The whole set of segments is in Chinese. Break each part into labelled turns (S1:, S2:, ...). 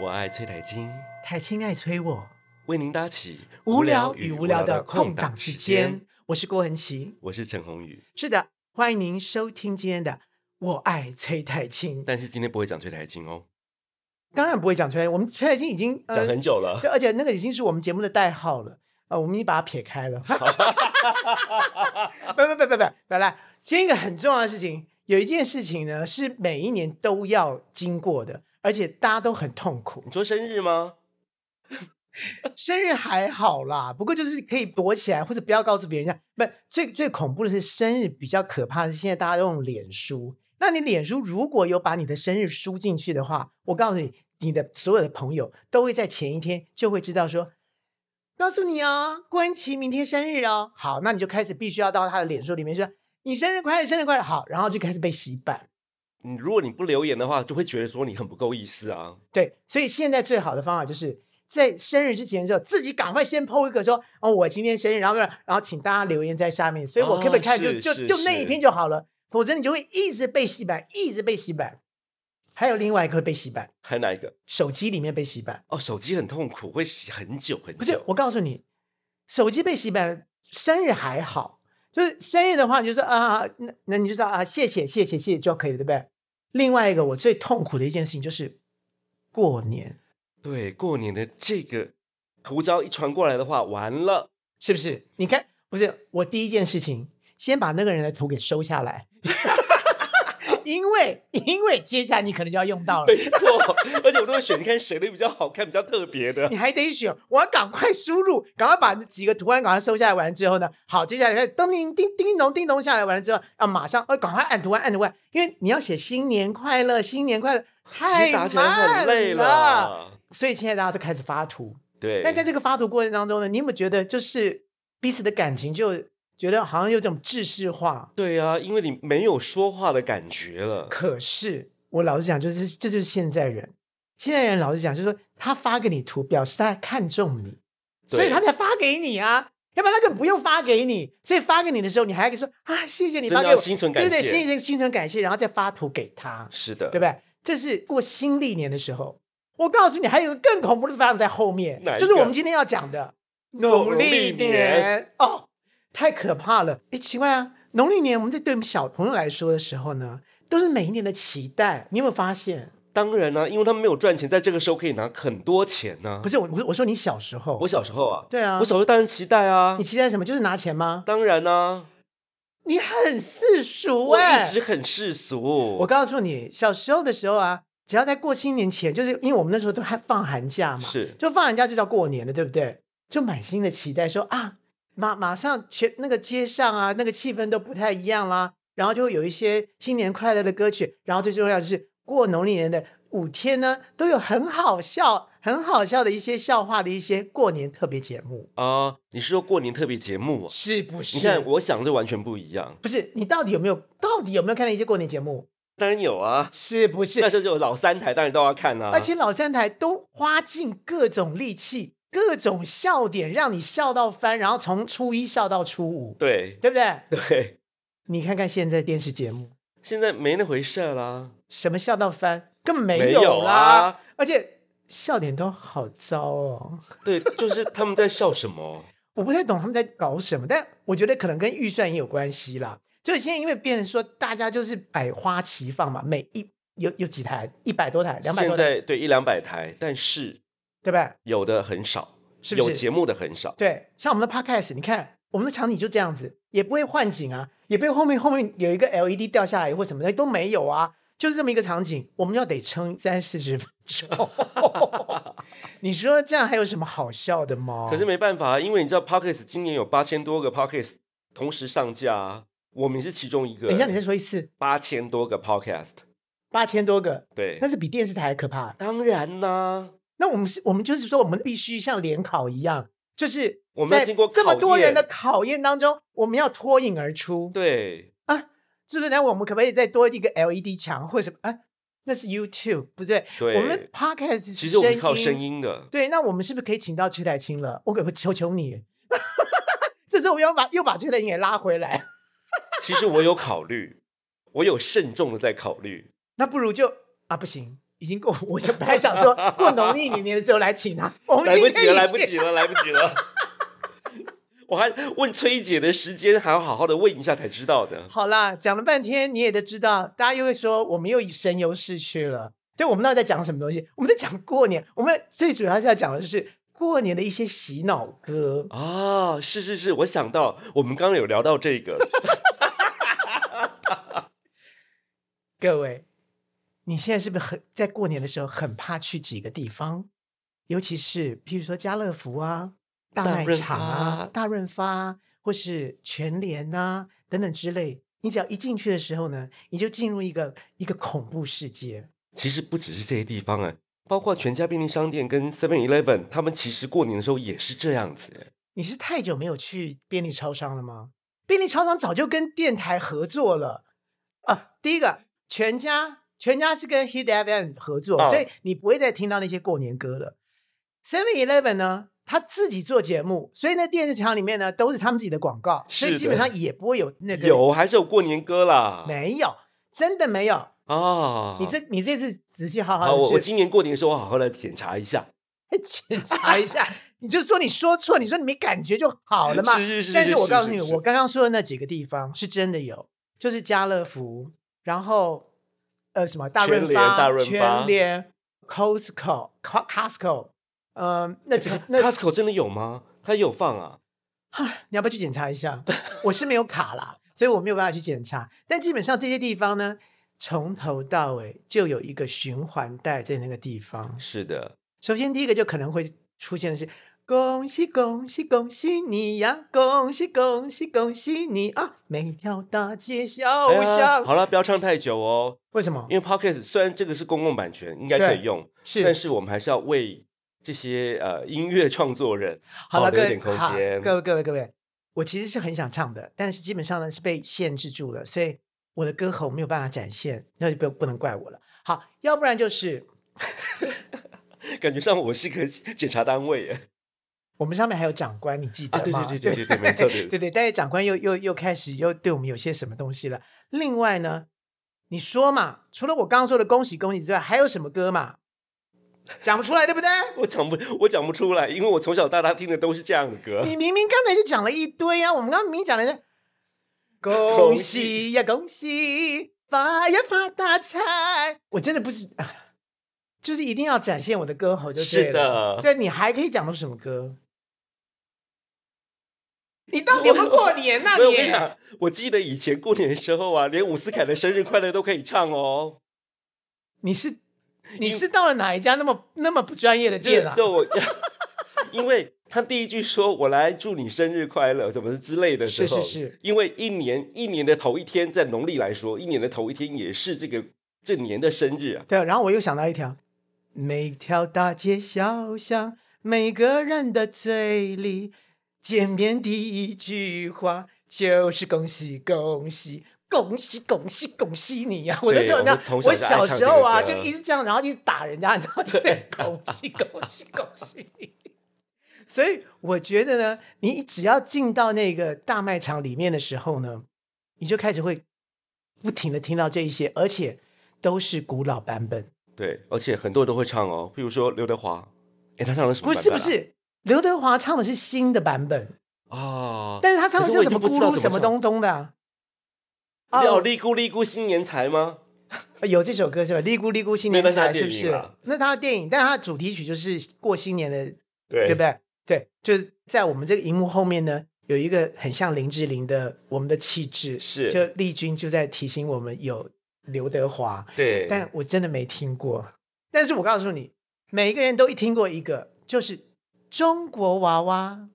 S1: 我爱崔台金，
S2: 太亲爱催我，
S1: 为您搭起
S2: 无聊与无聊的空档时间。，我是郭恒琪，
S1: 我是陈宏宇，
S2: 是的，欢迎您收听今天的《我爱崔太清》。
S1: 但是今天不会讲崔台金哦，
S2: 当然不会讲崔太清，我们崔太清已经
S1: 讲很久了。
S2: 对，而且那个已经是我们节目的代号了，呃，我们已经把它撇开了。不不不不不，本来今天一个很重要的事情，有一件事情呢是每一年都要经过的，而且大家都很痛苦。
S1: 你说生日吗？
S2: 生日还好啦，不过就是可以躲起来，或者不要告诉别人家。不，最最恐怖的是生日比较可怕的是，现在大家都用脸书。那你脸书如果有把你的生日输进去的话，我告诉你，你的所有的朋友都会在前一天就会知道说，告诉你哦，郭恩琪明天生日哦。好，那你就开始必须要到他的脸书里面说你生日快乐，生日快乐。好，然后就开始被洗版。
S1: 你如果你不留言的话，就会觉得说你很不够意思啊。
S2: 对，所以现在最好的方法就是在生日之前的时候，自己赶快先 PO 一个说哦，我今天生日，然后然后请大家留言在下面，所以我可不可以
S1: 哦
S2: 看就、
S1: 是
S2: 就是就那一
S1: 是
S2: 篇就好了，否则你就会一直被洗版，一直被洗版。还有另外一个被洗版，
S1: 还有哪一个？
S2: 手机里面被洗版，
S1: 哦，手机很痛苦，会洗很久很
S2: 不是
S1: 久。
S2: 我告诉你，手机被洗版，生日还好，就是生日的话，你就说啊，那那你就说啊，谢谢谢谢谢谢就可以了，对不对？另外一个我最痛苦的一件事情就是过年。
S1: 对，过年的这个胡椒一传过来的话，完了。
S2: 是不是？你看，不是我第一件事情，先把那个人的图给收下来， 因为因为接下来你可能就要用到了，
S1: 没错， 而且我都会选看谁的比较好看、比较特别的
S2: 你。还得选。我要赶快输入，赶快把那几个图案赶快收下来。完之后呢，好，接下来叮叮叮叮咚叮咚下来，完了之后要马上呃赶快按图案按图案，因为你要写新年快乐，新年快乐，
S1: 其
S2: 太
S1: 实打起来
S2: 慢
S1: 很累
S2: 了。
S1: 了。
S2: 所以现在大家都开始发图，
S1: 对，
S2: 但在这个发图过程当中呢，你有没有觉得就是彼此的感情就觉得好像有种制式化？
S1: 对啊，因为你没有说话的感觉了。
S2: 可是我老实讲，就是这就是现在人，现在人老实讲，就是说他发给你图，表示他看中你，所以
S1: 对
S2: 他才发给你啊。要不然他根本不用发给你，所以发给你的时候，你还可以说啊，谢谢你
S1: 真的
S2: 发给
S1: 要
S2: 我，
S1: 心存
S2: 对
S1: 感
S2: 对，
S1: 谢
S2: 心存心存感谢，然后再发图给他，
S1: 是的，
S2: 对不对？这是过新历年的时候。我告诉你，还有一个更恐怖的方法在后面
S1: 哪，一
S2: 就是我
S1: 个
S2: 们今天要讲的
S1: 农
S2: 农历
S1: 历年
S2: 哦，太可怕了！哎，奇怪啊，农历年我们在对我们小朋友来说的时候呢，都是每一年的期待。你有没有发现？
S1: 当然啦、因为他们没有赚钱，在这个时候可以拿很多钱呢、
S2: 不是我，我我说你小时候，
S1: 我小时候啊，
S2: 对啊
S1: 我，小时候当然期待啊
S2: 你，期待什么？就是拿钱吗？
S1: 当然啦、
S2: 你很世俗
S1: 我
S2: 哎、
S1: 一直很世俗。
S2: 我告诉你，小时候的时候啊，只要在过新年前，就是因为我们那时候都还放寒假嘛，
S1: 是
S2: 就放寒假就叫过年了，对不对？就满心的期待说啊，马马上全那个街上啊，那个气氛都不太一样啦，然后就会有一些新年快乐的歌曲，然后最重要就是过农历年的五天呢，都有很好笑、很好笑的一些笑话的一些过年特别节目，
S1: 啊、你是说过年特别节目、啊？
S2: 是不是？
S1: 你看，我想这完全不一样。
S2: 不是你到底有没有到底有没有看到一些过年节目？
S1: 当然有啊，
S2: 是不是
S1: 那？时候就有老三台，当然都要看啊。
S2: 而且老三台都花尽各种力气、各种笑点，让你笑到翻，然后从初一笑到初五，
S1: 对
S2: 对不对？
S1: 对，
S2: 你看看现在电视节目，
S1: 现在没那回事儿啦。
S2: 什么笑到翻，根本没
S1: 没
S2: 有啦，
S1: 有啊
S2: 而且笑点都好糟哦。
S1: 对，就是他们在笑什么？
S2: 我不太懂他们在搞什么，但我觉得可能跟预算也有关系啦。就是现在因为变成说大家就是百花齐放嘛，每一有有几台，一百多台，两百
S1: 现
S2: 多台，
S1: 在对一两百台，但是
S2: 对吧？
S1: 有的很少，
S2: 是不是
S1: 有节目的很少。
S2: 对，像我们的 podcast，你看我们的场景就这样子，也不会换景啊，也不会后面后面有一个 LED 掉下来或什么的都没有啊，就是这么一个场景，我们要得撑三四十分钟。 你说这样还有什么好笑的吗？
S1: 可是没办法啊，因为你知道 Podcast 今年有八千多个 Podcast 同时上架、啊，我们是其中一个。
S2: 等一下，你再说一次，
S1: 八千多个 Podcast，
S2: 八千多个，
S1: 对
S2: 那，是比电视台还可怕。
S1: 当然啦、
S2: 那我们是，我们就是说，我们必须像联考一样，就是
S1: 我们
S2: 在
S1: 要经过
S2: 这么
S1: 考
S2: 多人
S1: 验
S2: 的考验当中，我们要脱颖而出。
S1: 对，
S2: 制作单位，我们可不可以再多一个 LED 墙或者什么？啊，那是 YouTube 不对，
S1: 对
S2: 我们 Podcast 是
S1: 其实我们是靠声。音的，
S2: 对，那我们是不是可以请到崔台清了？我可不求求你， 这时候我要把又把崔台清给拉回来，
S1: 其实我有考虑，我有慎重的在考虑，
S2: 那不如就啊不行，已经够，我就本来想说过农历年的时候来请他，我们
S1: 来
S2: 今
S1: 不
S2: 天
S1: 及了，
S2: 已
S1: 来不
S2: 经
S1: 及了，来不及了。 我还问崔姐的时间，还要好好的问一下才知道的。
S2: 好啦，讲了半天你也都知道，大家又会说我们又神游市区了。对，我们到底在讲什么东西？我们在讲过年，我们最主要是要讲的就是过年的一些洗脑歌。
S1: 啊，是是是，我想到我们刚刚有聊到这个，
S2: 各位，你现在是不是很在过年的时候很怕去几个地方？尤其是譬如说家乐福啊、大
S1: 大
S2: 卖
S1: 润
S2: 场
S1: 发
S2: 啊、大润发啊，或是全联呐、等等之类。你只要一进去的时候呢，你就进入一个一个恐怖世界。
S1: 其实不只是这些地方哎、包括全家便利商店跟 Seven Eleven，他们其实过年的时候也是这样子、哎
S2: 你是太久没有去便利超商了吗？便利超商早就跟电台合作了啊。第一个，全家全家是跟 Hit FM 合作，
S1: 嗯
S2: 所以你不会再听到那些过年歌了。Seven Eleven 呢，他自己做节目，所以那电视墙里面呢都是他们自己的广告，所
S1: 是
S2: 以
S1: 的
S2: 基本上也不会有那个
S1: 欸有还是有过年歌啦？
S2: 没有真的没有。
S1: 啊，
S2: 你这你这次仔细好
S1: 好，
S2: 好
S1: 我我
S2: 的去
S1: 今年过年的时候，我好好的检查一下。
S2: 检查 一下，你就说你说错，你说你没感觉就好了嘛。
S1: 是是是，
S2: 但是我告诉你，
S1: 是
S2: 我刚刚说的那几个地方是真的有，就是家乐福，然后呃什么大
S1: 全
S2: 润
S1: 联
S2: 发、
S1: 大润发
S2: 全联、Costco、Co- Costco，嗯、那 几个那
S1: Costco 真的有吗？它有放啊？
S2: 唉你要不要去检查一下？我是没有卡啦，所以我没有办法去检查。但基本上这些地方呢，从头到尾就有一个循环带在那个地方。
S1: 是的，
S2: 首先第一个就可能会出现的是恭喜恭喜恭喜你呀，恭喜恭喜恭喜你啊！每条大街小
S1: 哎呀
S2: 巷，
S1: 好了，不要唱太久哦，
S2: 为什么？
S1: 因为 Podcast 虽然这个是公共版权，应该可以
S2: 对
S1: 用，
S2: 是
S1: 但是我们还是要为这些呃音乐创作人
S2: 好了，
S1: 保留一
S2: 各位
S1: 点空
S2: 好
S1: 间。
S2: 各位各位各位，我其实是很想唱的，但是基本上呢是被限制住了，所以我的歌喉没有办法展现，那就不不能怪我了。好，要不然就是
S1: 感觉上我是个 检查单位耶。
S2: 我们上面还有长官，你记得
S1: 啊
S2: 吗？
S1: 对对对对对对没错对对
S2: 对对。但是长官又又又开始又对我们有些什么东西了。另外呢，你说嘛，除了我刚刚说的恭喜恭喜之外，还有什么歌嘛？讲不出来，对不对？
S1: 我讲不，我讲不出来，因为我从小到大听的都是这样的歌。
S2: 你明明刚才就讲了一堆啊，我们刚刚明明讲 了一堆
S1: 恭喜
S2: 恭喜呀恭喜，发呀发大财。我真的不是，啊就是一定要展现我的歌喉就对
S1: 是
S2: 了
S1: 的
S2: 对你还可以讲出什么歌？你到底有没有过年呐、
S1: 没有，我跟你
S2: 你
S1: 讲，我记得以前过年的时候啊，连伍思凯的生日快乐都可以唱哦。
S2: 你是你是到了哪一家那么那么不专业的
S1: 这
S2: 店啊？
S1: 就我， 因为他第一句说“我来祝你生日快乐”什么之类的时
S2: 是
S1: 候，
S2: 是是，
S1: 因为一年一年的头一天，在农历来说，一年的头一天也是这个这年的生日啊。
S2: 对，然后我又想到一条，每条大街小巷，每个人的嘴里，见面第一句话就是恭喜恭喜。恭喜恭喜恭喜你呀、我那
S1: 对
S2: 时候
S1: 我
S2: 呢
S1: 们从，小
S2: 我
S1: 就爱
S2: 小
S1: 唱
S2: 时
S1: 这
S2: 候
S1: 个
S2: 啊，
S1: 歌
S2: 就一直这样，然后一直打人家，然后就
S1: 对
S2: 被恭喜恭喜恭喜你。所以我觉得呢，你只要进到那个大卖场里面的时候呢，你就开始会不停的听到这一些，而且都是古老版本，
S1: 对，而且很多人都会唱哦，譬如说刘德华，哎，他唱的什么
S2: 不
S1: 版
S2: 是
S1: 本啊、
S2: 不是。刘德华唱的是新的版本，
S1: 啊？
S2: 但是他唱的
S1: 可
S2: 叫
S1: 是我
S2: 什
S1: 已经
S2: 么
S1: 不
S2: 咕
S1: 知道
S2: 噜
S1: 怎
S2: 什么
S1: 唱
S2: 东东的、啊，
S1: 哦，利姑利姑新年财吗？
S2: 有这首歌是吧？利咕利咕新年
S1: 那那他
S2: 财
S1: 的
S2: 是不
S1: 电影
S2: 是
S1: 啦？
S2: 那他的电影，但他的主题曲就是过新年的
S1: 对
S2: 对不对？对，就是在我们这个荧幕后面呢，有一个很像林志玲的我们的气质，
S1: 是
S2: 就丽君就在提醒我们有刘德华，
S1: 对，
S2: 但我真的没听过。但是我告诉你，每一个人都一听过一个，就是中国娃娃。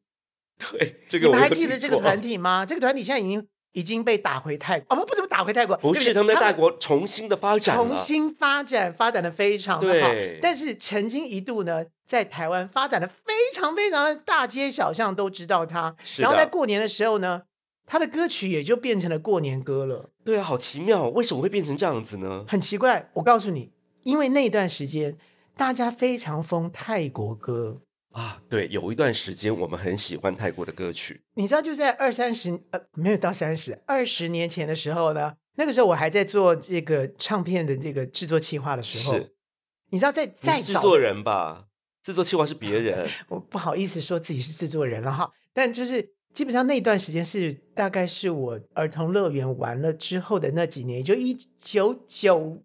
S1: 对 这个我
S2: 你们还
S1: 有
S2: 记得
S1: 听
S2: 这个
S1: 过
S2: 团？体吗？这个团体现在已经已经被打回泰国，啊不不怎么打回泰国，
S1: 不
S2: 就是
S1: 他们在大国重新的发展了
S2: 重新发展，发展的非常的好
S1: 对。
S2: 但是曾经一度呢，在台湾发展的非常非常的大街小巷都知道他。
S1: 是的
S2: 然后在过年的时候呢，他的歌曲也就变成了过年歌了。
S1: 对啊，好奇妙，为什么会变成这样子呢？
S2: 很奇怪，我告诉你，因为那段时间大家非常疯泰国歌，
S1: 啊，对，有一段时间我们很喜欢泰国的歌曲，
S2: 你知道就在二三十呃没有到三十二十年前的时候呢，那个时候我还在做这个唱片的这个制作企划的时候
S1: 是，
S2: 你知道在
S1: 你
S2: 再
S1: 是制
S2: 早
S1: 作人吧？制作计划是别人，
S2: 我不好意思说自己是制作人了哈，但就是基本上那段时间是大概是我儿童乐园完了之后的那几年，也就一九九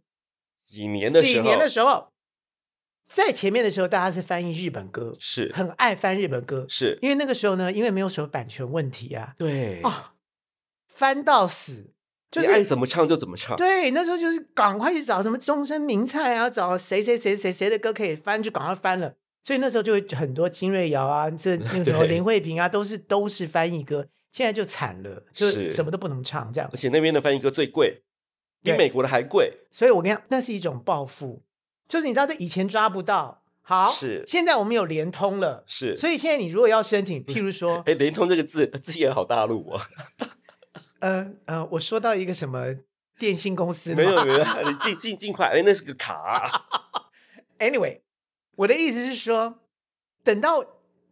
S1: 几年的时候，
S2: 几年的时候，在前面的时候大家是翻译日本歌，
S1: 是
S2: 很爱翻日本歌，
S1: 是，
S2: 因为那个时候呢，因为没有什么版权问题啊，
S1: 对，
S2: 啊，翻到死，就
S1: 你爱
S2: 是
S1: 怎么唱就怎么唱，
S2: 对，那时候就是赶快去找什么终身名菜啊，找谁谁谁谁谁的歌可以翻，就赶快翻了。所以那时候就会很多金瑞瑶啊， 这那个什么
S1: 对
S2: 林慧萍啊，都是都是翻译歌。现在就惨了，就是什么都不能唱这样
S1: 而。且那边的翻译歌最贵，比
S2: 对
S1: 美国的还贵，
S2: 所以我跟你讲，那是一种报复，就是你知道，这以前抓不到，好，
S1: 是
S2: 现在我们有联通了，
S1: 是。
S2: 所以现在你如果要申请，譬如说，
S1: 哎，联通这个字字眼好大陆哦，
S2: 呃呃，我说到一个什么电信公司
S1: 没
S2: 吗
S1: 有没有， 你尽尽尽快，哎，那是个卡，
S2: Anyway，我的意思是说，等到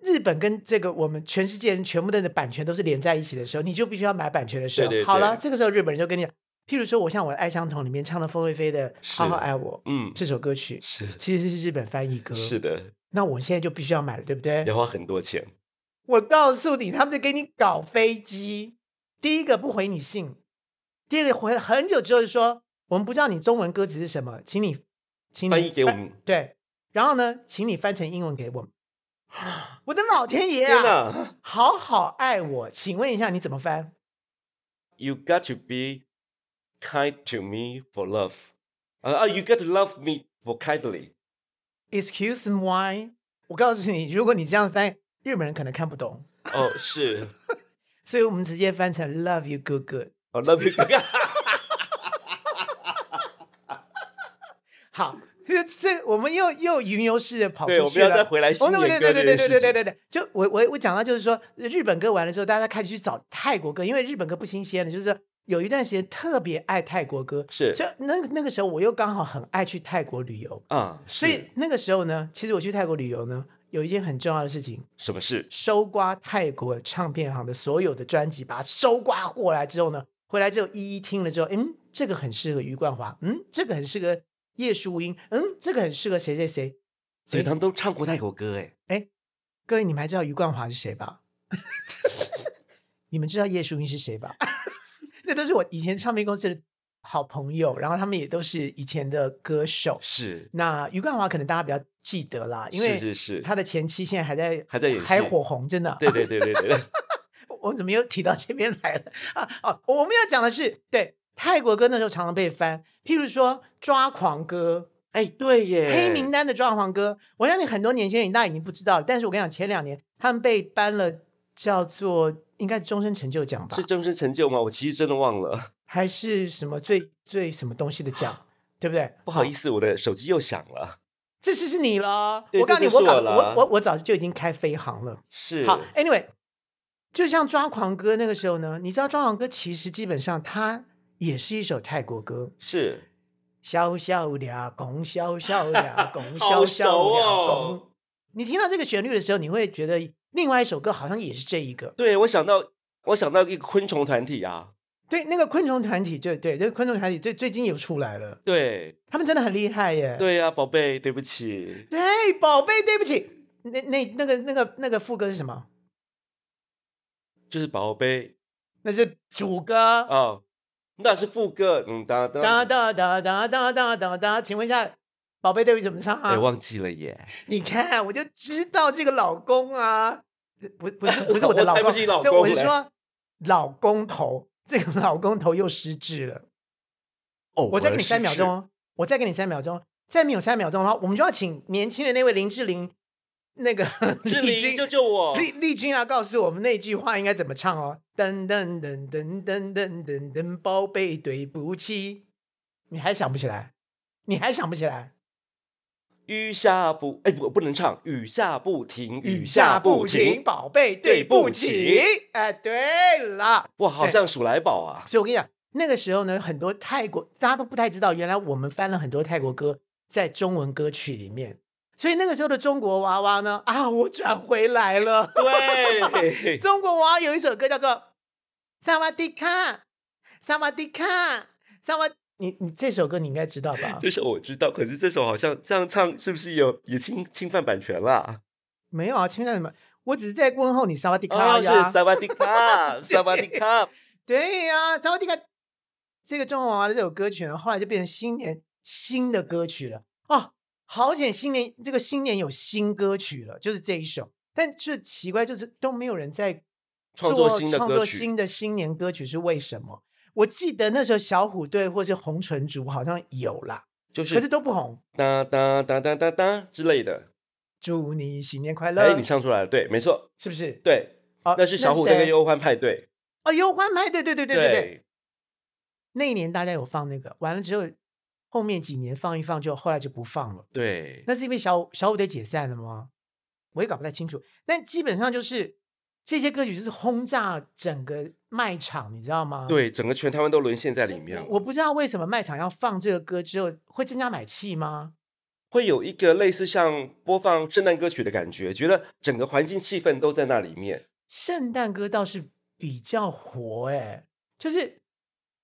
S2: 日本跟这个我们全世界人全部的版权都是连在一起的时候，你就必须要买版权的时候，
S1: 对对对
S2: 好了，这个时候日本人就跟你讲，譬如说我像我的《爱相同》里面唱的凤飞飞的《
S1: 是
S2: 好好爱我》
S1: 嗯，
S2: 这首歌曲，
S1: 是
S2: 其实是日本翻译歌，
S1: 是的，
S2: 那我现在就必须要买了，对不对？
S1: 要花很多钱，
S2: 我告诉你，他们就给你搞飞机。第一个不回你信，第二个回了很久之后就说，我们不知道你中文歌词是什么，请你，请你
S1: 翻译给我们。
S2: 对，然后呢，请你翻成英文给 我们。我的老天爷
S1: 天
S2: 啊！
S1: 哪
S2: 好好爱我，请问一下你怎么翻？
S1: ，You got to be kind to me for love，啊啊，You got to love me for kindly，
S2: Excuse me，我告诉你，如果你这样翻，日本人可能看不懂，
S1: 哦，是
S2: 所以我们直接翻成 Love you good good。
S1: ，I 哦 love you，
S2: 好，这这我们又又云游似的跑出去
S1: 对，我们
S2: 了。
S1: 要再回来新
S2: 哦，对
S1: 年
S2: 对
S1: 歌这
S2: 对
S1: 件
S2: 对对对
S1: 事
S2: 对
S1: 情，
S2: 对对，就我我我讲到就是说，日本歌完了之后，大家开始去找泰国歌，因为日本歌不新鲜了，就是说有一段时间特别爱泰国歌，
S1: 是
S2: 就那那个时候我又刚好很爱去泰国旅游，
S1: 啊，
S2: 所以
S1: 是
S2: 那个时候呢，其实我去泰国旅游呢，有一件很重要的事情，
S1: 什么事？
S2: 收刮泰国唱片行的所有的专辑，把它收刮过来之后呢，回来之后一一听了之后，嗯，这个很适合于冠华，嗯，这个很适合叶舒英，嗯，这个很适合谁谁谁。
S1: 所以他们都唱过泰国歌，哎，
S2: 各位，你们还知道于冠华是谁吧？ 你们知道叶淑英是谁吧？ 那都是我以前唱片公司的好朋友，然后他们也都是以前的歌手。
S1: 是，
S2: 那于冠华可能大家比较记得啦，因为
S1: 是是是，
S2: 他的前妻现在还在
S1: 还在演戏
S2: 还火红，真的。
S1: 对对对对对，
S2: 我怎么又提到这边来了 啊？哦，我们要讲的是，对泰国歌那时候常常被翻，譬如说抓狂歌、
S1: 哎，对耶，
S2: 黑名单的抓狂歌，我相信很多年轻人大家已经不知道了。但是我跟你讲，前两年他们被颁了叫做应该是终身成就奖吧
S1: 是，终身成就吗？我其实真的忘了，
S2: 还是什么最最什么东西的奖，对不对？
S1: 不好意
S2: 思，
S1: 思，我的手机又响了，
S2: 这次是你了。
S1: 对
S2: 我告诉你，
S1: 这次
S2: 我
S1: 是
S2: 搞
S1: 我了
S2: 我我我早就已经开飞航了。
S1: 是，
S2: 好，Anyway，就像抓狂歌那个时候呢，你知道抓狂歌其实基本上它也是一首泰国歌，
S1: 是，
S2: 小小俩拱，小小俩拱，
S1: 好熟
S2: 小小俩
S1: 哦
S2: 拱。你听到这个旋律的时候，你会觉得另外一首歌好像也是这一个。
S1: 对我想到我想到一个昆虫团体啊，
S2: 对，那个昆虫团体，对对，这个昆虫团体最最近又出来了，
S1: 对
S2: 他们真的很厉害耶。
S1: 对呀、啊，宝贝，对不起，
S2: 对，宝贝，对不起，那那那个那个那个副歌是什么？
S1: 就是宝贝
S2: 那是主歌。
S1: 哦，那是副歌，嗯哒哒，
S2: 哒哒哒哒哒哒哒哒，请问一下，宝贝，对不起，怎么唱啊？
S1: 哎，忘记了耶，
S2: 你看，我就知道这个老公啊，不不是不是我的
S1: 我
S2: 老
S1: 才
S2: 公，
S1: 不是你老
S2: 对
S1: 公
S2: 我是
S1: 嘞
S2: 说老公头，这个老公头又失智了。
S1: 哦，
S2: 我再给你
S1: 是
S2: 三秒
S1: 是
S2: 钟，哦，我再给你三秒钟，再没有三秒钟的话，我们就要请年轻的那位林志玲，那 个
S1: 志
S2: 丽
S1: 玲
S2: 君
S1: 救救我，
S2: 丽丽君啊，告诉我们那句话应该怎么唱哦？噔噔噔噔噔噔噔噔，宝贝，对不起，你还想不起来？你还想不起来？
S1: 雨下不，哎不不能唱，雨下不停，
S2: 雨
S1: 下
S2: 下
S1: 不
S2: 不
S1: 停
S2: 停，，宝贝，对不起
S1: 对不。
S2: 哎，对了，
S1: 哇，好
S2: 对
S1: 像鼠来宝 啊，
S2: 所以我跟你讲，那个时候呢，很多泰国大家都不太知道，原来我们翻了很多泰国歌在中文歌曲里面。所以那个时候的中国娃娃呢，啊，我转回来了。，
S1: 对
S2: 中国娃娃有一首歌叫做《萨瓦迪卡》，萨瓦迪卡，萨瓦你你这首歌你应该知道吧？
S1: 这首我知道，可是这首好像这样唱是不是有也侵侵犯版权啦？
S2: 没有啊，侵占什么？我只是在问候你萨瓦迪卡
S1: 啊，是
S2: 呀。
S1: 萨瓦迪卡，萨瓦迪卡，
S2: 对呀、萨瓦迪卡这个中华娃娃的这首歌曲呢，后来就变成新年新的歌曲了啊！好险，新年这个新年有新歌曲了，就是这一首。但是奇怪，就是都没有人在
S1: 创作
S2: 做
S1: 新的
S2: 创
S1: 歌
S2: 作
S1: 曲，
S2: 新的新年歌曲是为什么？我记得那时候小虎队或是红唇族好像有啦，
S1: 就
S2: 可是
S1: 是
S2: 都不红。
S1: 哒哒哒哒哒哒之类的。
S2: 祝你新年快乐，
S1: 哎，你唱出来了，对，没错，
S2: 是不是？
S1: 对，
S2: 哦，
S1: 那是小虎队
S2: 谁
S1: 跟忧欢派对，
S2: 哦，忧欢派，对对对对对对。那一年大家有放那个，完了之后，后面几年放一放就，后来就不放了。
S1: 对，
S2: 那是因为小小虎队解散了吗？我也搞不太清楚。但基本上就是这些歌曲就是轰炸整个卖场，你知道吗？
S1: 对，整个全台湾都沦陷在里面
S2: 我，
S1: 了。
S2: 我不知道为什么卖场要放这个歌之后会增加买气吗？
S1: 会有一个类似像播放圣诞歌曲的感觉，觉得整个环境气氛都在那里面。
S2: 圣诞歌倒是比较火哎、就是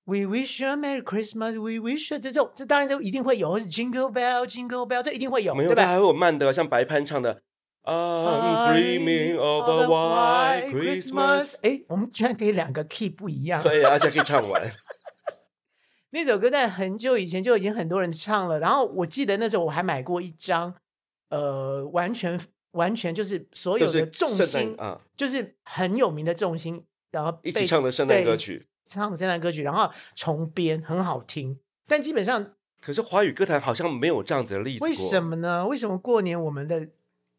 S2: We wish you a Merry Christmas, We wish you 这种，这当然就一定会有，或是 Jingle Bell, Jingle Bell，这一定会有，
S1: 没有，
S2: 哦对
S1: 它
S2: 吧？
S1: 还会有慢的，像白潘唱的《I'm Dreaming of a White Christmas》。
S2: 哎，我们居然可以两个 key 不一样。
S1: 对，而且可以唱完。
S2: 那首歌在很久以前就已经很多人唱了，然后我记得那时候我还买过一张，呃，完全完全就是所有
S1: 就是
S2: 的重
S1: 圣
S2: 心，
S1: 诞啊，
S2: 就是很有名的重心，然后
S1: 一
S2: 被
S1: 起唱的圣诞
S2: 对
S1: 歌曲。
S2: 唱的圣诞歌曲，然后重编很好听，但基本上
S1: 可是华语歌坛好像没有这样子的例子过。
S2: 为什？么呢？为什么过年我们的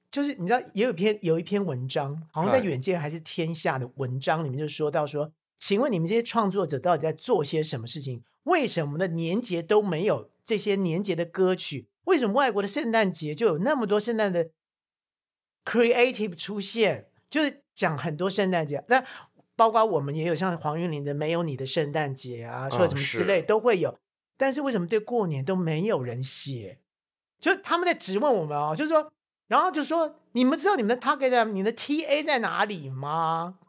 S2: 就是你知道也有一篇有一篇文章，好像在
S1: 嗨
S2: 《远见》还是《天下》的文章里面就说到说，请问你们这些创作者到底在做些什么事情？为什么的年节都没有这些年节的歌曲？为什么外国的圣诞节就有那么多圣诞的 creative 出现？就是讲很多圣诞节，但包括我们也有像黄韵玲的《没有你的圣诞节》啊，说
S1: 啊
S2: 什么之
S1: 是
S2: 类都会有。但是为什么对过年都没有人写？就他们在质问我们哦，就是说，然后就说你们知道你们的 target 在你的 TA 在哪里吗？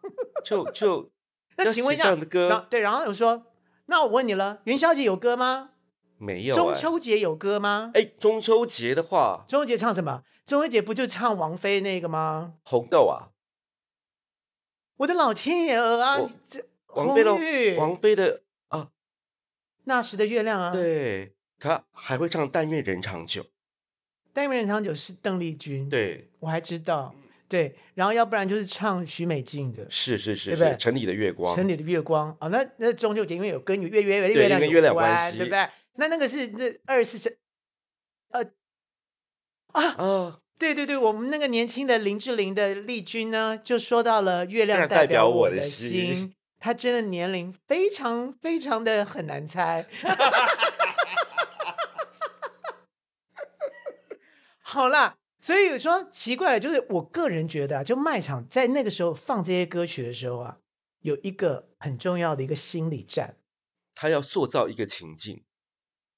S1: 就就
S2: 那
S1: 要
S2: 请问一
S1: 写
S2: 下，
S1: 这样的歌
S2: 然后对，然后我说，那我问你了，元宵节有歌吗？
S1: 没有、欸。
S2: 中秋节有歌吗？
S1: 哎，中秋节的话，
S2: 中秋节唱什么？中秋节不就唱王菲那个吗？
S1: 红豆啊，
S2: 我的老天爷儿啊！
S1: 我
S2: 你这
S1: 王菲
S2: 红玉
S1: 的王菲的啊，
S2: 那时的月亮啊，，
S1: 对，她还会唱《但愿人长久》。
S2: 单元人长久是邓丽君，，
S1: 对，嗯
S2: 我还知道，对，然后要不然就是唱许美静的
S1: 是是是
S2: 对不对
S1: 是，城里的月光。
S2: 城里的月光啊、那那中秋节因为有跟月月月
S1: 对
S2: 月亮
S1: 因为
S2: 有
S1: 月亮有
S2: 关
S1: 关系
S2: 对不对？那那个是那二十四是，呃，
S1: 啊，
S2: 对对对，我们那个年轻的林志玲的丽君呢，就说到了月亮
S1: 亮
S2: 代
S1: 代表
S2: 我
S1: 我的心
S2: 心，她真的年龄非常非常的很难猜。 好啦，所以有说奇怪了，就是我个人觉得啊，就卖场在那个时候放这些歌曲的时候啊，有一个很重要的一个心理战，
S1: 她要塑造一个情境，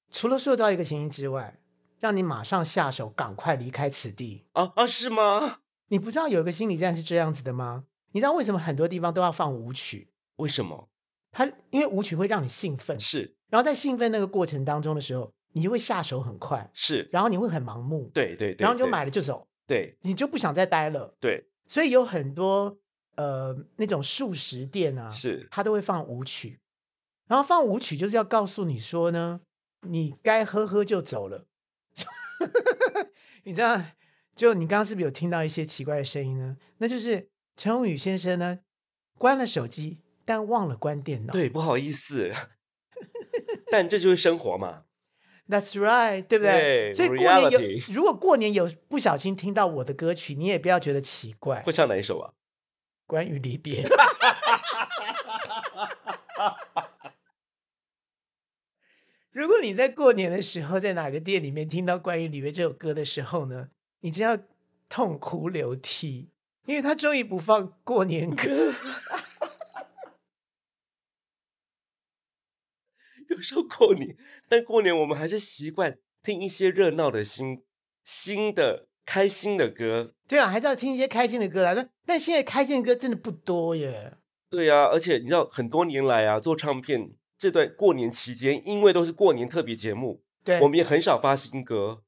S2: 除了塑造一个情境之外，让你马上下手，赶快离开此地。
S1: 啊啊，是吗？
S2: 你不知道有一个心理战是这样子的吗？你知道为什么很多地方都要放舞曲？
S1: 为什么？
S2: 它因为舞曲会让你兴奋，
S1: 是
S2: 然后在兴奋那个过程当中的时候，你就会下手很快，
S1: 是，
S2: 然后你会很盲目，
S1: 对对对，
S2: 然后你就
S1: 对
S2: 买，了就走，
S1: 对
S2: 你就不想再待了。
S1: 对
S2: 所以有很多呃那种素食店啊，
S1: 是，
S2: 它都会放舞曲，然后放舞曲就是要告诉你说呢，你该喝喝就走了。 你知道，就你刚刚是不是有听到一些奇怪的声音呢？那就是陈宏宇先生呢，关了手机，但忘了关电脑。
S1: 对，不好意思， 但这就是生活嘛。
S2: That's right，对不对？
S1: 对
S2: 所以过年有，
S1: reality
S2: 如果过年有不小心听到我的歌曲，你也不要觉得奇怪
S1: 会。唱哪一首啊？
S2: 关于离别， 如果你在过年的时候在哪个店里面听到《关于离别》这首歌的时候呢，你真要痛哭流涕，因为他终于不放过年歌。
S1: 有时候过年，但过年我们还是习惯听一些热闹的新新的开心的歌。
S2: 对啊，还是要听一些开心的歌啦。但但现在开心的歌真的不多耶。
S1: 对啊，而且你知道，很多年来啊，做唱片这段过年期间，因为都是过年特别节目，
S2: 对
S1: 我，们也很少发新歌，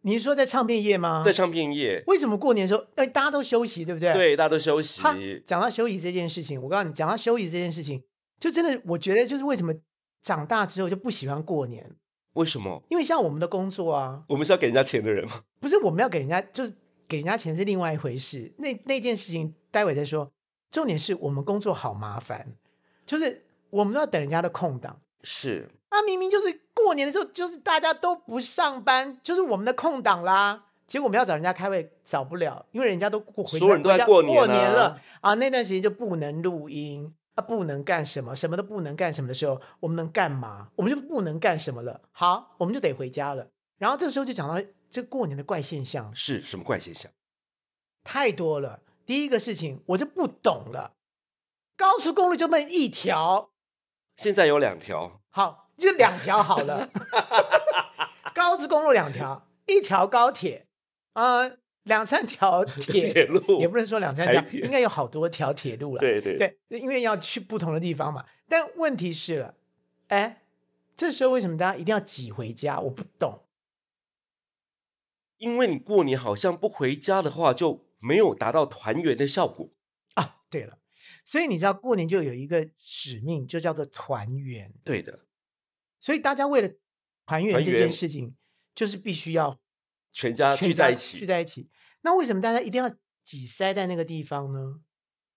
S2: 你是说在唱片业吗？
S1: 在唱片业，
S2: 为什么过年的时候，哎，大家都休息，啊对不对？。
S1: 对，大家都休息。
S2: 哈，讲到休息这件事情，我告诉你，讲到休息这件事情，就真的，我觉得就是为什么长大之后就不喜欢过年，
S1: 为什么？
S2: 因为像我们的工作啊，
S1: 我们是要给人家钱的人吗？
S2: 不是我们要给人家，就是给人家钱是另外一回事。那那件事情待会再说。重点是我们工作好麻烦，就是我们都要等人家的空档。
S1: 是，
S2: 啊，明明就是过年的时候，就是大家都不上班，就是我们的空档啦。结果我们要找人家开会，找不了，因为人家都过回
S1: 所有人都在过年
S2: 年
S1: 啊
S2: 过了啊。那段时间就不能录音啊，不能干什么，什么都不能干什么的时候，我们能干嘛？我们就不能干什么了。好，我们就得回家了。然后这时候就讲到这过年的怪现象
S1: 是什么怪现象？
S2: 太多了。第一个事情我就不懂了，高速公路就那一条，
S1: 现在有两条，
S2: 好，就两条好了， 高速公路两条，一条高铁，呃，两三条铁，
S1: 铁路
S2: 也不能说两三条
S1: 台，铁
S2: 应该有好多条铁路了。
S1: 对对，
S2: 因为要去不同的地方嘛。但问题是了，哎，这时候为什么大家一定要挤回家？我不懂。
S1: 因为你过年好像不回家的话，就没有达到团圆的效果。
S2: 啊，对了，所以你知道过年就有一个使命，就叫做团圆。
S1: 对的，
S2: 所以大家为了团圆
S1: 团
S2: 这
S1: 圆
S2: 件事情，就是必须要
S1: 全家
S2: 全
S1: 聚
S2: 家
S1: 在一
S2: 聚
S1: 起，
S2: 在一起。那为什么大家一定要挤塞在那个地方呢？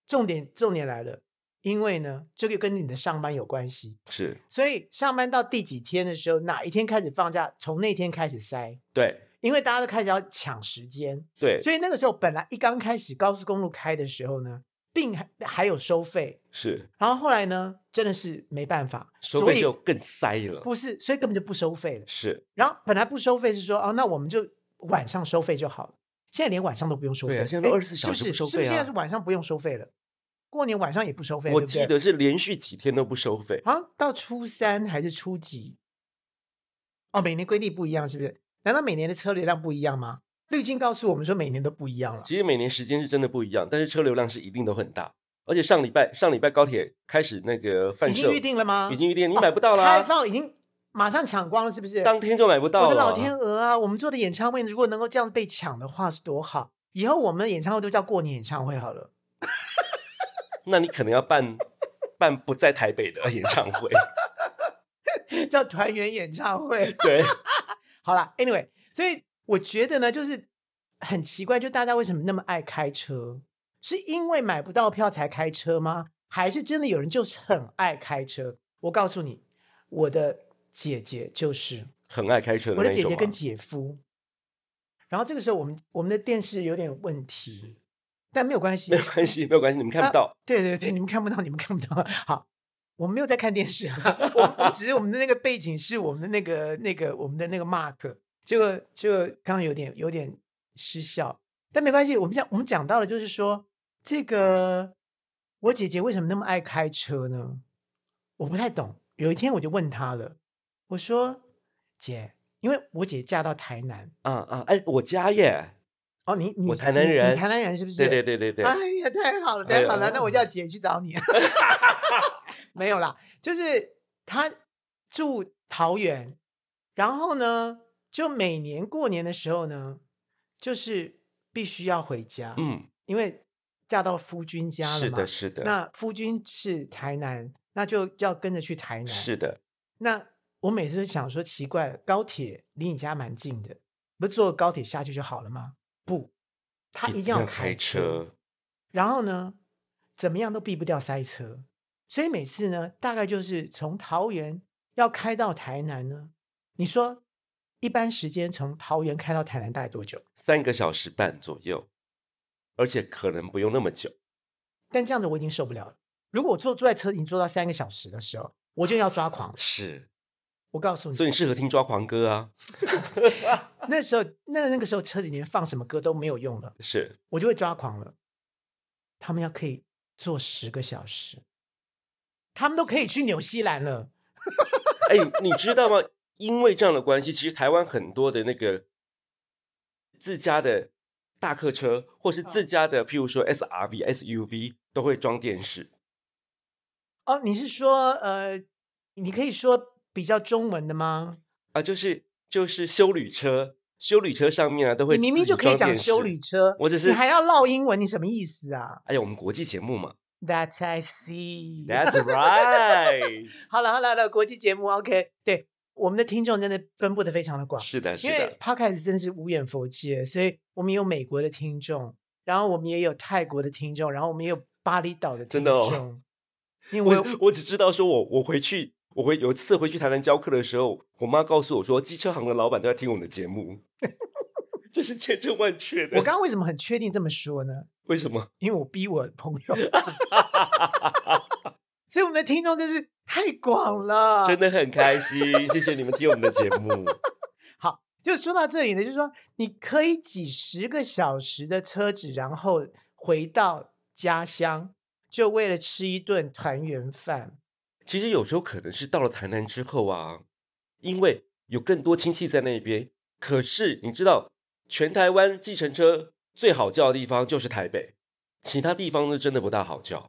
S2: 重点重点来了，因为呢，这个跟你的上班有关系，
S1: 是
S2: 所以上班到第几天的时候，哪一天开始放假，从那天开始塞，
S1: 对
S2: 因为大家都开始要抢时间，
S1: 对
S2: 所以那个时候本来一刚开始高速公路开的时候呢，并还还有收费，
S1: 是，
S2: 然后后来呢，真的是没办法，
S1: 收
S2: 所
S1: 费
S2: 以
S1: 就更塞了。
S2: 不是，所以根本就不收费了。
S1: 是，
S2: 然后本来不收费是说，哦，那我们就晚上收费就好了。现在连晚上都不用收费
S1: 对
S2: 了，
S1: 啊现在都
S2: 哎
S1: 24小时
S2: 是
S1: 不收
S2: 是是不
S1: 费
S2: 是现在
S1: 啊
S2: 是晚上不用收费了，过年晚上也不收费，
S1: 我
S2: 对不
S1: 记
S2: 对
S1: 得是连续几天都不收费。
S2: 好像到初三还是初几？哦，每年规定不一样，是不是？难道每年的车流量不一样吗？滤镜告诉我们说每年都不一样了。
S1: 其实每年时间是真的不一样，但是车流量是一定都很大。而且上礼拜上礼拜高铁开始那个贩
S2: 已经
S1: 售，
S2: 预定了吗？
S1: 已经预定，你
S2: 哦
S1: 买不到
S2: 开
S1: 啦，
S2: 放已经马上抢光了，是不是？
S1: 当天就买不到了。
S2: 我的老天鹅啊！我们做的演唱会如果能够这样被抢的话，是多好！以后我们的演唱会都叫过年演唱会好了。
S1: 那你可能要 办办不在台北的演唱会。
S2: 叫团圆演唱会。
S1: 对，
S2: 好啦 a n y w a y 所以我觉得呢，就是很奇怪，就大家为什么那么爱开车？是因为买不到票才开车吗？还是真的有人就是很爱开车？我告诉你，我的姐姐就是
S1: 很爱开车的
S2: 我
S1: 那
S2: 的
S1: 一
S2: 姐
S1: 种
S2: 姐
S1: 啊、
S2: 跟姐夫。然后这个时候，我们我们的电视有点问题，但没有关系
S1: 没，有关系，没有关系，你们看
S2: 啊
S1: 不到。
S2: 对对对，你们看不到，你们看不到。好，我们没有在看电视啊，我们我们只是我们的那个背景是我们的那个那个我们的那个 mark，结果结果刚刚有点有点失效，但没关系。我们讲我们讲到了，就是说这个我姐姐为什么那么爱开车呢？我不太懂。有一天我就问她了，我说姐，因为我姐嫁到台南
S1: 啊啊，哎，我家耶，
S2: 哦，你你
S1: 我
S2: 是
S1: 台南
S2: 你你
S1: 人
S2: 台南人是不是？
S1: 对对对对对，
S2: 哎呀，太好了，
S1: 哎
S2: 太
S1: 呀
S2: 好了，那 我叫姐去找你。没有啦，就是他住桃园，然后呢，就每年过年的时候呢，就是必须要回家，
S1: 嗯，
S2: 因为嫁到夫君家了嘛。
S1: 是的，是的，
S2: 那夫君是台南，那就要跟着去台南。
S1: 是的，
S2: 那我每次都想说，奇怪了，高铁离你家蛮近的，不是坐高铁下去就好了吗？不，他一定要
S1: 要
S2: 开
S1: 开
S2: 车。
S1: 车。
S2: 然后呢，怎么样都避不掉塞车，所以每次呢，大概就是从桃园要开到台南呢，你说一般时间从桃园开到台南大概多久？
S1: 三个小时半左右，而且可能不用那么久。
S2: 但这样子我已经受不了了。如果我坐坐在车已经坐到三个小时的时候，我就要抓狂了。
S1: 是，
S2: 我告诉你，
S1: 所以你适合听抓狂歌啊。
S2: 那时候那那个时候车子里面放什么歌都没有用了，
S1: 是，
S2: 我就会抓狂了。他们要可以坐十个小时，他们都可以去纽西兰了。
S1: 哎，你知道吗？因为这样的关系，其实台湾很多的那个自家的大客车，或是
S2: 嗯
S1: 自家的，譬如说 SRV、SUV，都会装电视。
S2: 哦，你是说呃你可以说比较中文的吗？
S1: 啊，就是就是修旅车，修旅车上面啊都会
S2: 你明明
S1: 自己
S2: 就可以
S1: 装
S2: 讲
S1: 电
S2: 修
S1: 视
S2: 旅，车，
S1: 我只是
S2: 你还要唠英文，你什么意思啊
S1: 哎呀，我们国际节目 嘛
S2: ？That I see。
S1: ，That's right，
S2: 好了好了好了，国际节目 OK，对我们的听众真的分布的非常的广，
S1: 是的，是
S2: 因为
S1: 的，
S2: Podcast 真是无远佛界，所以我们有美国的听众，然后我们也有泰国的听众，然后我们也有巴厘岛的听
S1: 真的哦
S2: 众。因为我
S1: 我我只知道说我我回去。我回有一次回去台南教课的时候，我妈告诉我说，机车行的老板都在听我们的节目， 这是千真万确的。
S2: 我刚刚为什么很确定这么说呢？
S1: 为什么？
S2: 因为我逼我朋 友，所以我们的听众真是太广了，
S1: 真的很开心，谢谢你们听我们的节目。
S2: 就说到这里呢，就是说你可以几十个小时的车子，然后回到家乡，就为了吃一顿团圆饭。
S1: 其实有时候可能是到了台南之后啊，因为有更多亲戚在那边。可是你知道，全台湾计程车最好叫的地方就是台北，其他地方呢真的不大好叫。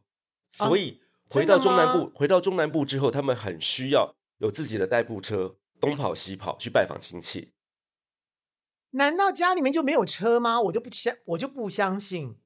S2: 啊
S1: 所以回
S2: 真的
S1: 到中南
S2: 吗
S1: 部，回到中南部之后，他们很需要有自己的代步车，东跑西跑去拜访亲戚。
S2: 难道家里面就没有车吗？我就不相，我就不相信。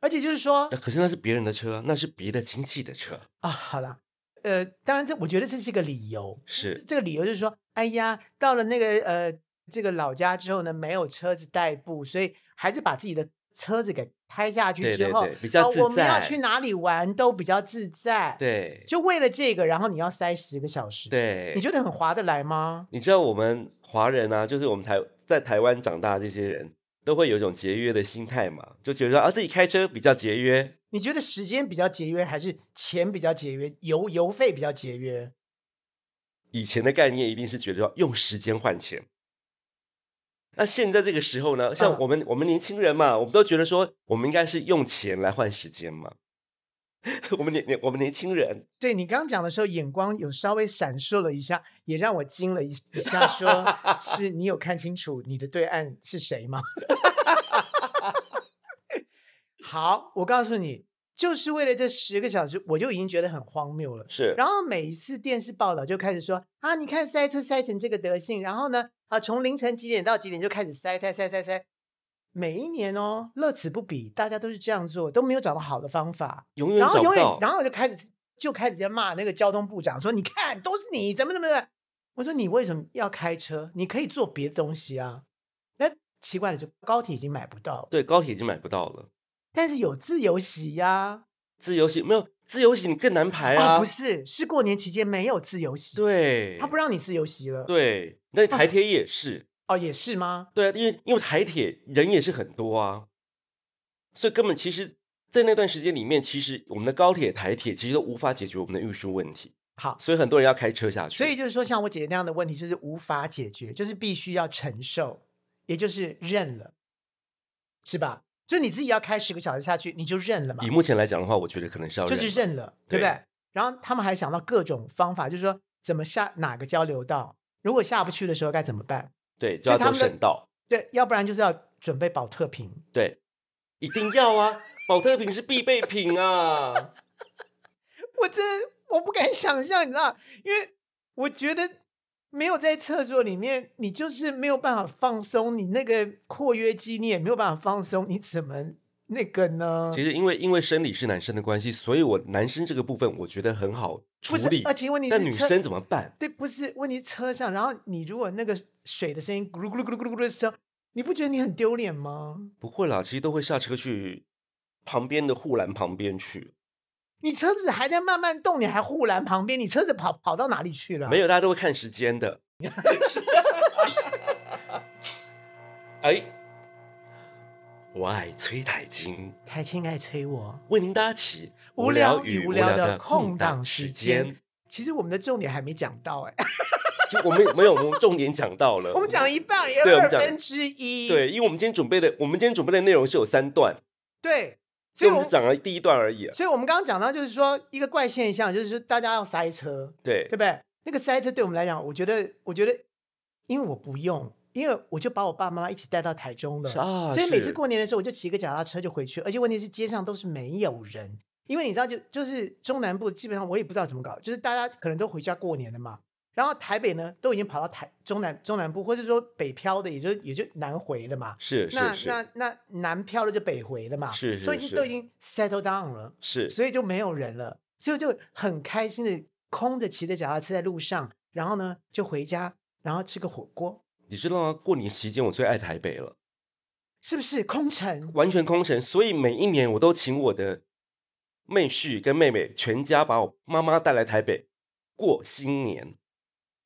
S2: 而且就是说
S1: 那可是那是别人的车，那是别的亲戚的车，
S2: 啊，好了，呃，当然这我觉得这是一个理由，
S1: 是
S2: 这个理由就是说，哎呀，到了那个呃这个老家之后呢，没有车子代步，所以还是把自己的车子给开下去
S1: 对
S2: 之
S1: 对
S2: 后，
S1: 对比较
S2: 呃
S1: 自
S2: 我们要
S1: 在
S2: 去哪里玩都比较自在。，
S1: 对
S2: 就为了这个，然后你要塞十个小时，，
S1: 对。
S2: 你觉得很划得来吗？
S1: 你知道我们华人啊，就是我们台在台湾长大的这些人都会有一种节约的心态嘛，就觉得说啊自己开车比较节约，
S2: 你觉得时间比较节约，还是钱比较节约，油油费比较节约？
S1: 以前的概念一定是觉得要用时间换钱。那现在这个时候呢，像
S2: 嗯
S1: 我们、我们年轻人嘛，我们都觉得说我们应该是用钱来换时间嘛。 我们年年我们年轻人
S2: 对你刚讲的时候，眼光有稍微闪烁了一下，也让我惊了一一下说，是你有看清楚你的对岸是谁吗？ 好，我告诉你，就是为了这十个小时，我就已经觉得很荒谬了。
S1: 是
S2: 然后每一次电视报道就开始说啊，你看塞车塞成这个德性，然后呢，啊，从凌晨几点到几点就开始塞塞塞塞塞，每一年哦，乐此不彼，大家都是这样做，都没有找到好的方法。
S1: 永远
S2: 然后
S1: 找
S2: 永
S1: 不
S2: 远，
S1: 到
S2: 然后我就开始就开始在骂那个交通部长，说你看都是你怎么怎么的。我说你为什么要开车？你可以做别的东西啊。那奇怪的就高铁已经买不到，
S1: 对高铁已经买不到了，
S2: 但是有自由席呀、
S1: 自由行没有自由行你更难排啊，
S2: 啊，不是，是过年期间没有自由席，
S1: 对，
S2: 他不让你自由席了。，
S1: 对，那你台铁也是。
S2: 哦，也是吗？
S1: 对啊，因为因为台铁人也是很多啊，所以根本其实，在那段时间里面，其实我们的高铁、台铁其实都无法解决我们的运输问题，
S2: 好，
S1: 所以很多人要开车下去。
S2: 所以就是说，像我姐姐那样的问题，就是无法解决，就是必须要承受，也就是认了，是吧？就你自己要开十个小时下去，你就认了嘛
S1: 以。目前来讲的话，我觉得可能是要
S2: 就是
S1: 认
S2: 认了，对不
S1: 对
S2: 对？然后他们还想到各种方法，就是说怎么下哪个交流道，如果下不去的时候该怎么办？
S1: 对，就
S2: 所以
S1: 要
S2: 他
S1: 走
S2: 们的
S1: 省道，
S2: 对，要不然就是要准备保特瓶。
S1: 对，一定要啊，保特瓶是必备品 啊，
S2: 我真的我不敢想象，你知道，因为我觉得没有在厕所里面，你就是没有办法放松，你那个括约肌你也没有办法放松，你怎么那个呢？
S1: 其实因为因为生理是男生的关系，所以我男生这个部分我觉得很好处
S2: 不是
S1: 理，，
S2: 而且问题
S1: 但
S2: 是
S1: 女
S2: 车
S1: 生怎么办？
S2: 对，不是问题是车上，然后你如果那个水的声音咕噜咕噜咕噜咕噜咕噜的时候，你不觉得你很丢脸吗？
S1: 不会啦，其实都会下车去旁边的护栏旁边去。
S2: 你车子还在慢慢动，你还护栏旁边，你车子跑跑到哪里去了？
S1: 没有，大家都会看时间的。 哎，我爱崔台金，
S2: 台青爱催我，
S1: 为您搭起
S2: 无聊
S1: 聊
S2: 与
S1: 与
S2: 无
S1: 无
S2: 聊
S1: 聊
S2: 的
S1: 的
S2: 空
S1: 空
S2: 档
S1: 档
S2: 时
S1: 时
S2: 间
S1: 间。。
S2: 其实我们的重点还没讲到哎、
S1: 其实我们没有，我们重点讲到了。
S2: 我们讲了一半，也
S1: 对呃我
S2: 二
S1: 们讲
S2: 分之一。
S1: 对，因为我们今天准备的，我们今天准备的内容是有三段，
S2: 对，
S1: 所
S2: 所以
S1: 以我
S2: 我
S1: 们只讲了第一段而已、啊。
S2: 所以我们刚刚讲到就是说一个怪现象，就是说大家要塞车，
S1: 对
S2: 对不对？那个塞车对我们来讲，我觉得，我觉得，因为我不用，因为我就把我爸爸妈妈一起带到台中了。
S1: 是啊
S2: 所以每次
S1: 是
S2: 过年的时候，我就骑个脚踏车就回去，而且问题是街上都是没有人，因为你知道就，就是中南部基本上我也不知道怎么搞，就是大家可能都回家过年了嘛，然后台北呢都已经跑到台中南中南部，或者说北漂的也就也就南回了嘛，
S1: 是
S2: 那
S1: 是是
S2: 那那南漂的就北回了嘛，
S1: 是是
S2: 所以已
S1: 是
S2: 经都已经 settle down 了，
S1: 是，
S2: 所以就没有人了，所以就很开心的空着骑着脚踏车在路上，然后呢就回家，然后吃个火锅，
S1: 你知道吗？过年期间我最爱台北了，
S2: 是不是空城？
S1: 完全空城，所以每一年我都请我的妹婿跟妹妹全家把我妈妈带来台北过新年。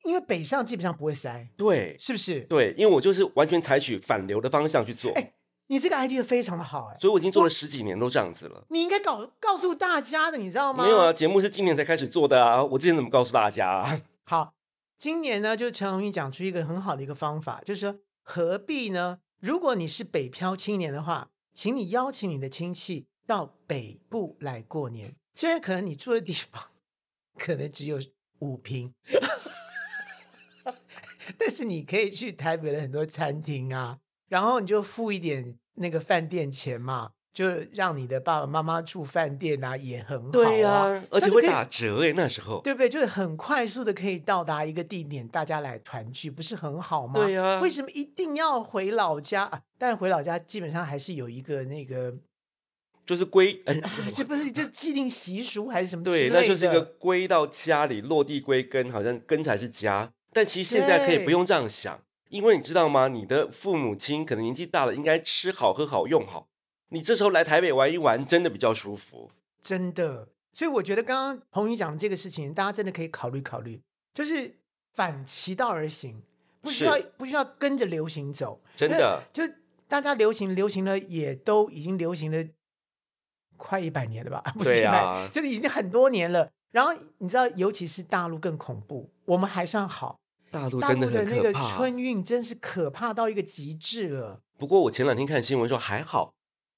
S2: 因为北上基本上不会塞，
S1: 对
S2: 是不是？
S1: 对，因为我就是完全采取反流的方向去做，
S2: 哎你这个 idea 非常的好哎、
S1: 所以我已经做了十几年都这样子了。
S2: 你应该告告诉大家的，你知道吗？
S1: 没有啊，。节目是今年才开始做的啊，我之前怎么告诉大家、啊？
S2: 好，今年呢，就是陈宏宇讲出一个很好的一个方法，就是说何必呢？如果你是北漂青年的话，请你邀请你的亲戚到北部来过年。虽然可能你住的地方可能只有五平，但是你可以去台北的很多餐厅啊，然后你就付一点那个饭店钱嘛，就让你的爸爸妈妈住饭店啊，也很好、啊。
S1: 对呀、而且
S2: 那就
S1: 会
S2: 可以
S1: 打折哎、那时候。
S2: 对不对？就是很快速的可以到达一个地点，大家来团聚，不是很好吗？
S1: 对呀
S2: 为什么一定要回老家啊？但是回老家基本上还是有一个那个，
S1: 就是归， 哎
S2: 是不是就既定习俗还是什么之
S1: 对，
S2: 类的？
S1: 那就是一个归到家里落地归根，好像根才是家。但其实现在可以不
S2: 对
S1: 用这样想，因为你知道吗？你的父母亲可能年纪大了，应该吃好、喝好、用好。你这时候来台北玩一玩，真的比较舒服。
S2: 真的。所以我觉得刚刚彭宇讲的这个事情，大家真的可以考虑考虑，就是反其道而行，不需
S1: 是
S2: 要不需要跟着流行走，
S1: 真的，
S2: 就大家流行流行了，也都已经流行了快一百年了吧？ 不是
S1: 对
S2: 一百、
S1: 啊
S2: 就是已经很多年了。然后你知道，尤其是大陆更恐怖，我们还算好，
S1: 大陆
S2: 大
S1: 真
S2: 陆
S1: 很
S2: 那
S1: 可
S2: 个
S1: 怕。
S2: 春运真是可怕到一个极致了。
S1: 不过我前两天看新闻说还好，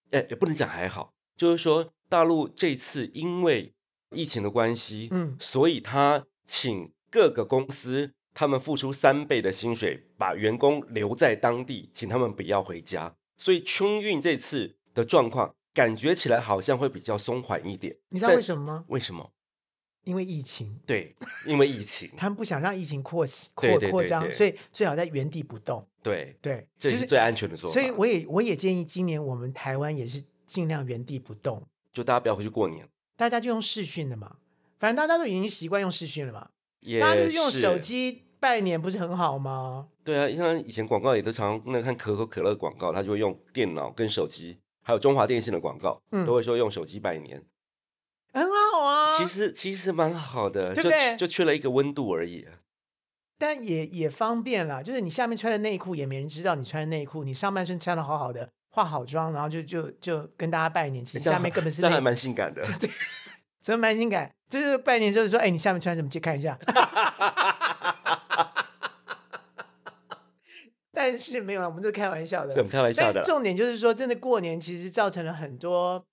S1: 哎，也不能讲还好，就是说大陆这次因为疫情的关系，
S2: 嗯
S1: 所以他请各个公司他们付出三倍的薪水，把员工留在当地，请他们不要回家。所以春运这次的状况感觉起来好像会比较松缓一点。
S2: 你知道为
S1: 但
S2: 什么吗？
S1: 为什么？
S2: 因为疫情，
S1: 对，因为疫情，
S2: 他们不想让疫情扩
S1: 对
S2: 扩
S1: 对
S2: 扩
S1: 对
S2: 张，
S1: 对
S2: 所以最好在原地不动。
S1: 对，
S2: 对，
S1: 这
S2: 就是
S1: 最安全的做法。
S2: 所以我也我也建议，今年我们台湾也是尽量原地不动。
S1: 就大家不要回去过年，
S2: 大家就用视讯了嘛，反正大家都已经习惯用视讯了嘛，
S1: 也
S2: 大家就是用手。机拜年，不是很好吗？
S1: 对啊，像以前广告也都常那看可口可乐广告，他就会用电脑跟手机，还有中华电信的广告，
S2: 嗯
S1: 都会说用手机拜年。
S2: 很好啊，
S1: 其实其实蛮好的，
S2: 对不对
S1: 就就缺了一个温度而已。啊
S2: 但也也方便啦，就是你下面穿的内裤也没人知道你穿的内裤，你上半身穿的好好的，化好妆，然后就就就跟大家拜年，其实
S1: 哎这样
S2: 下面根本是
S1: 这样还
S2: 内
S1: 蛮性感的。
S2: 怎么蛮性感，就是拜年就是说，哎，你下面穿什么？去看 一下。 但是没有啦，我们这是开玩笑的啦。
S1: 对我们开玩笑的
S2: 但
S1: 啦，
S2: 重点就是说，真的过年其实造成了很多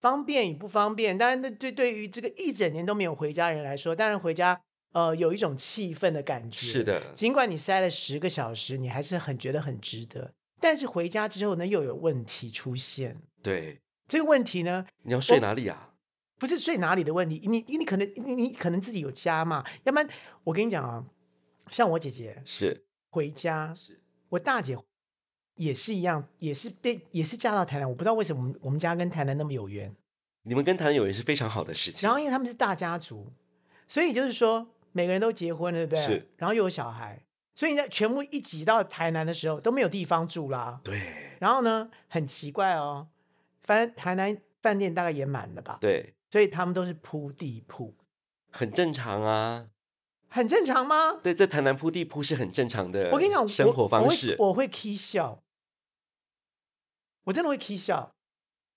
S2: 方便与不方便。当然，对对，对于这个一整年都没有回家的人来说，当然回家呃有一种气氛的感觉。
S1: 是，的，
S2: 尽管你塞了十个小时，你还是很觉得很值得。但是回家之后呢，又有问题出现。
S1: 对。
S2: 这个问题呢，
S1: 你要睡哪里啊？
S2: 不是睡哪里的问题，你你可能你你可能自己有家嘛，要不然我跟你讲啊，像我姐姐
S1: 是
S2: 回家
S1: 是，
S2: 我大姐也是一样，也是被也是嫁到台南，我不知道为什么我们我们家跟台南那么有缘。
S1: 你们跟谈友也是非常好的事情
S2: 然后。因为他们是大家族，所以就是说每个人都结婚了，对不对？
S1: 是。
S2: 然后又有小孩，所以你在全部一挤到台南的时候都没有地方住啦。
S1: 对
S2: 然后呢，很奇怪哦，反正台南饭店大概也满了吧，
S1: 对，
S2: 所以他们都是铺地铺，
S1: 很正常啊。
S2: 很正常吗？
S1: 对，在台南铺地铺是很正常的。
S2: 我跟你讲，
S1: 生活方式
S2: 我我会我会 k 笑，我真的会 k 笑。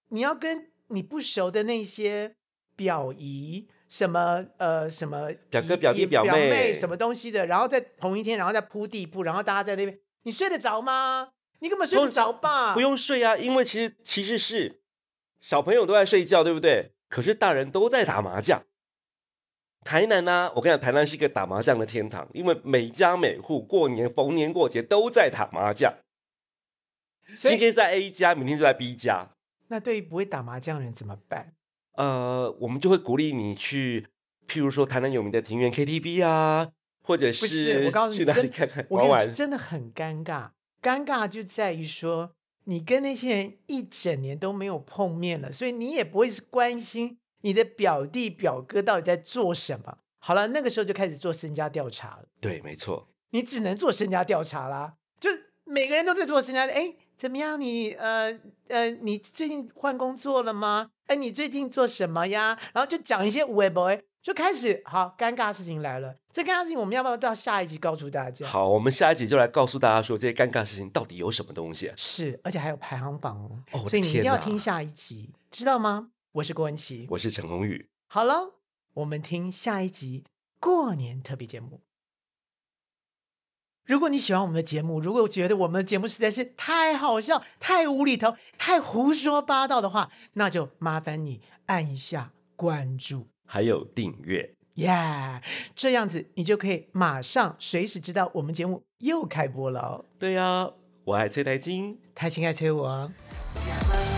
S2: 你要跟你不熟的那些表姨、什么呃什么
S1: 表哥
S2: 姨
S1: 表弟
S2: 姨
S1: 表
S2: 表
S1: 妹
S2: 什么东西的，然后在同一天，然后再铺地铺，然后大家在那边，你睡得着吗？你根本睡不
S1: 不
S2: 着吧？
S1: 不，用睡啊，因为其实其实是小朋友都在睡觉，对不对？可是大人都在打麻将。台南呢、我跟你讲，台南是一个打麻将的天堂，因为每家每户过年逢年过节都在打麻将。
S2: 所
S1: 今
S2: 以
S1: 天在 A 家，明天就在 B 家，
S2: 那对于不会打麻将的人怎么办？
S1: 呃，我们就会鼓励你去，譬如说台南有名的庭园 KTV 啊，或者
S2: 不是，我告诉你，
S1: 去哪里
S2: 真
S1: 看看
S2: 我
S1: 玩
S2: 跟你
S1: 玩
S2: 说，真的很尴尬。尴尬就在于说，你跟那些人一整年都没有碰面了，所以你也不会是关心你的表弟表哥到底在做什么。好了，那个时候就开始做身家调查了，
S1: 对，没错，
S2: 你只能做身家调查啦。就是每个人都在做身家，哎，怎么样？你呃呃，你最近换工作了吗？哎，你最近做什么呀？然后就讲一些无为不为，就开始好尴尬的事情来了。这尴尬事情我们要不要到下一集告诉大家？
S1: 好，我们下一集就来告诉大家说这些尴尬事情到底有什么东西啊、
S2: 是，而且还有排行榜哦，
S1: 哦，我的
S2: 所以你一定
S1: 天
S2: 要
S1: 哪！
S2: 听下一集，知道吗？我是郭文琪，
S1: 我是陈宏宇，
S2: 好了，我们听下一集过年特别节目。如果你喜欢我们的节目，如果觉得我们的节目实在是太好笑、太无厘头、太胡说八道的话，那就麻烦你按一下关注。
S1: 还有订阅。
S2: 耶、这样子你就可以马上随时知道我们节目又开播了哦。
S1: 啊对呀、我爱崔台金。
S2: 台青爱催我哦。
S3: Never